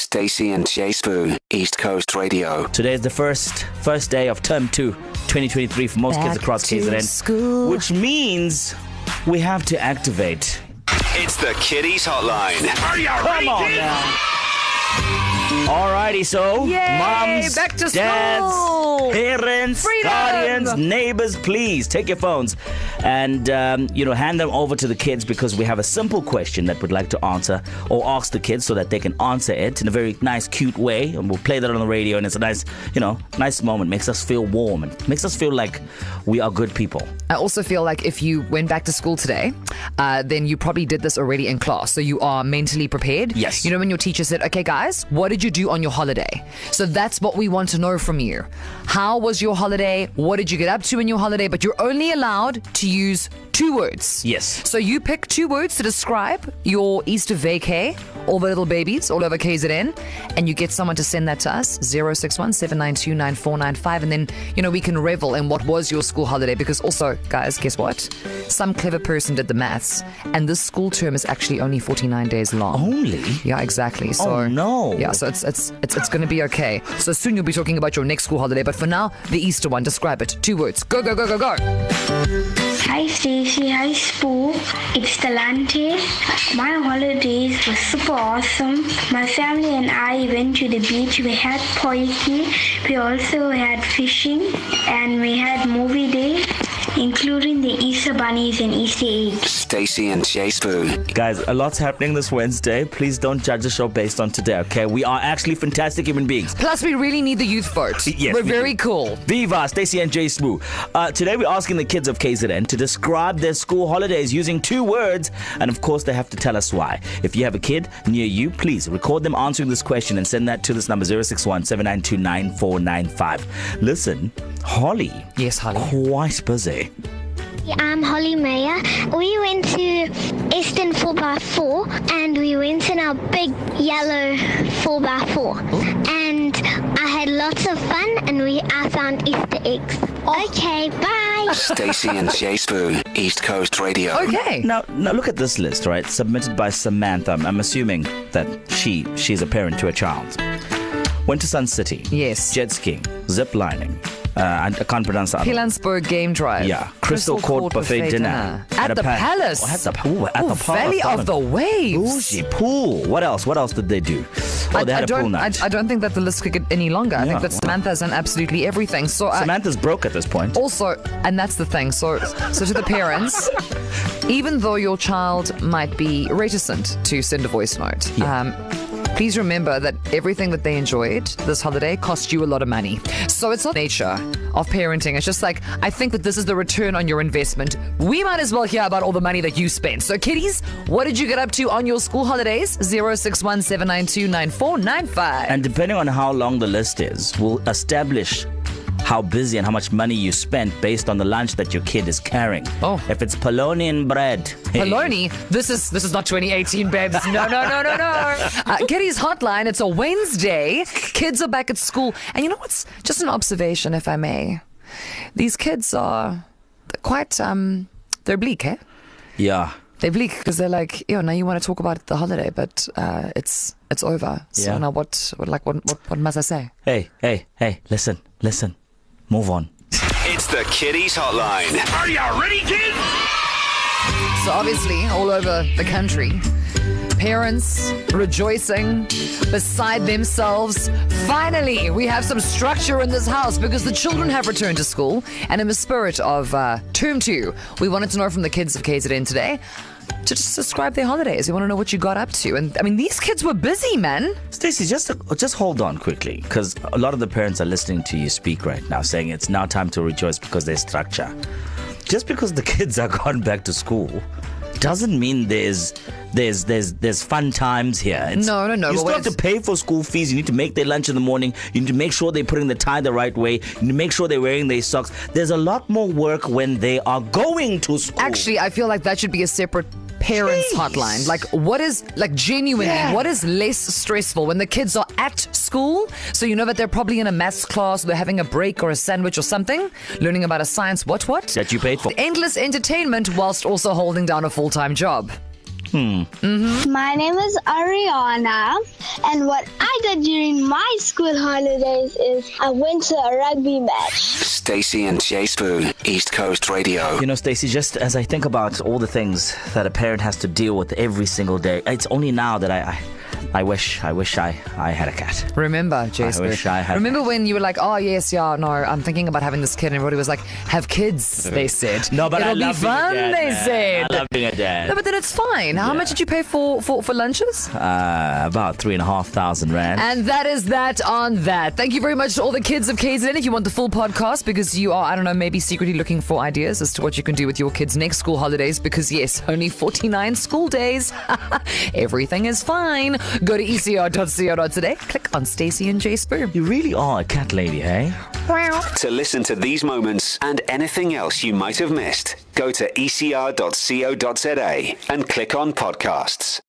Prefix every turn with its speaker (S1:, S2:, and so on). S1: Stacy and Jay Spoon, East Coast Radio.
S2: Today is the first first day of term two, 2023 for most kids
S3: Back
S2: across
S3: to
S2: KZN,
S3: school.
S2: which means we have to activate.
S1: It's the Kiddies Hotline.
S2: Come on now. Alrighty, so
S3: Yay,
S2: moms,
S3: back to
S2: dads,
S3: school.
S2: parents,
S3: Freedom.
S2: guardians, neighbors, please take your phones and um, you know hand them over to the kids because we have a simple question that we'd like to answer or ask the kids so that they can answer it in a very nice, cute way, and we'll play that on the radio. And it's a nice, you know, nice moment. Makes us feel warm and makes us feel like we are good people.
S3: I also feel like if you went back to school today, uh, then you probably did this already in class. So you are mentally prepared.
S2: Yes.
S3: You know, when your teacher said, okay, guys, what did you do on your holiday? So that's what we want to know from you. How was your holiday? What did you get up to in your holiday? But you're only allowed to use two words.
S2: Yes.
S3: So you pick two words to describe your Easter vacay, all the little babies, all over KZN, and you get someone to send that to us, 061 792 9495, and then, you know, we can revel in what was your school holiday. Because also, guys, guess what? Some clever person did the maths, and this school term is actually only 49 days long.
S2: Only?
S3: Yeah, exactly. So,
S2: Oh, no.
S3: Yeah, so it's, it's, it's, it's going to be okay. So soon you'll be talking about your next school holiday, but for now, the Easter one, describe it. Two words. Go, go, go, go, go.
S4: Hi Stacy, hi Spoo. It's Delante. My holidays were super awesome. My family and I went to the beach. We had poiki. We also had fishing and we had movie day, including the Easter bunnies and Easter eggs.
S1: Stacy and Jay Spoon.
S2: Guys, a lot's happening this Wednesday. Please don't judge the show based on today, okay? We are actually fantastic human beings.
S3: Plus, we really need the youth vote.
S2: Yes,
S3: We're
S2: we
S3: very
S2: do.
S3: cool.
S2: Viva, Stacey and Jay Smoo. Uh, today we're asking the kids of KZN to describe their school holidays using two words, and of course they have to tell us why. If you have a kid near you, please record them answering this question and send that to this number 061 792 9495. Listen, Holly.
S3: Yes, Holly.
S2: Quite busy.
S5: I'm Holly Mayer. We went to Eston 4x4 and we went in our big yellow 4x4.
S4: Oh.
S5: And I had lots of fun and we I found Easter eggs.
S4: Oh.
S5: Okay, bye.
S1: Stacy and Jay Spoon, East Coast Radio.
S3: Okay.
S2: Now, now look at this list, right? Submitted by Samantha. I'm, I'm assuming that she she's a parent to a child. Went to Sun City.
S3: Yes.
S2: Jet skiing, zip lining. Uh, I, I can't pronounce that.
S3: Pilansburg game drive.
S2: Yeah, Crystal, Court, buffet, dinner,
S3: At, the
S2: pa-
S3: palace.
S2: Oh, at the, pa- ooh, at
S3: Ooh,
S2: the palace.
S3: Valley of the
S2: darling.
S3: Waves.
S2: Bougie pool. What else? What else did they do? Oh, they
S3: I,
S2: had
S3: I
S2: a pool
S3: don't, I,
S2: night.
S3: I don't think that the list could get any longer. I
S2: Yeah,
S3: think that
S2: wow.
S3: Samantha's done absolutely everything. So uh, I,
S2: Samantha's broke at this point.
S3: also, and that's the thing. So, so to the parents, even though your child might be reticent to send a voice note, um, please remember that everything that they enjoyed this holiday cost you a lot of money. So it's not nature of parenting. It's just like I think that this is the return on your investment. We might as well hear about all the money that you spent. So, kiddies, what did you get up to on your school holidays? Zero six one seven nine two nine four nine five.
S2: And depending on how long the list is, will establish how busy and how much money you spent based on the lunch that your kid is carrying.
S3: Oh.
S2: If it's polonian bread. hey,
S3: Poloni, this is this is not 2018, babes. No, no, no, no, no. Uh, Kitty's hotline. It's a Wednesday. Kids are back at school, and you know what's just an observation, if I may. These kids are they're quite um, they're bleak, eh?
S2: Yeah.
S3: They're bleak because they're like, yo, now you want to talk about the holiday, but uh, it's it's over. So
S2: Yeah.
S3: now what, what like what, what what must I say?
S2: Hey, hey, hey, listen, listen. Move on.
S1: It's the Kiddies Hotline.
S3: So obviously, all over the country, parents rejoicing beside themselves. Finally, we have some structure in this house because the children have returned to school. And in the spirit of uh, term two, we wanted to know from the kids of KZN today to just describe their holidays. We want to know what you got up to. And I mean, these kids were busy, man.
S2: Stacey, just just hold on quickly, because a lot of the parents are listening to you speak right now, saying it's now time to rejoice because there's structure. Just because the kids are gone back to school doesn't mean there's there's there's there's fun times here. It's-
S3: No, no, no,
S2: You
S3: but
S2: still
S3: what
S2: have to pay for school fees. You need to make their lunch in the morning. You need to make sure they're putting the tie the right way. You need to make sure they're wearing their socks. There's a lot more work when they are going to school.
S3: Actually, I feel like that should be a separate parents
S2: Jeez.
S3: hotline. Like what is like genuinely
S2: Yeah.
S3: what is less stressful when the kids are at school? So you know that they're probably in a maths class, they're having a break or a sandwich or something, learning about a science what what
S2: That you paid for.
S3: The endless entertainment whilst also holding down a full-time job.
S4: My name is Ariana, and what I did during my school holidays is I went to a rugby match.
S1: Stacy and Jay Spoon, East Coast Radio.
S2: You know, Stacey, just as I think about all the things that a parent has to deal with every single day, it's only now that I, I, I wish, I wish I, I had a cat.
S3: Remember, Jason.
S2: wish I had-
S3: Remember when you were like, "Oh yes, yeah, no, I'm thinking about having this kid," and everybody was like, "Have kids," they said.
S2: No, but
S3: it'll
S2: I
S3: be
S2: love
S3: fun,
S2: being a dad.
S3: they
S2: man.
S3: said.
S2: I love being a dad.
S3: no, but then it's fine. How much did you pay for for, for lunches?
S2: Uh, about three and a half thousand rand.
S3: And that is that on that. Thank you very much to all the kids of KZN. If you want the full podcast, because you are, I don't know, maybe secretly looking for ideas as to what you can do with your kids next school holidays, because yes, only 49 school days. Everything is fine. Go to E ecr.co.today, click on Stacey and Jay Spoon.
S2: you really are a cat lady, hey?
S1: To listen to these moments and anything else you E might have missed, go to ecr.co.za and click on podcasts.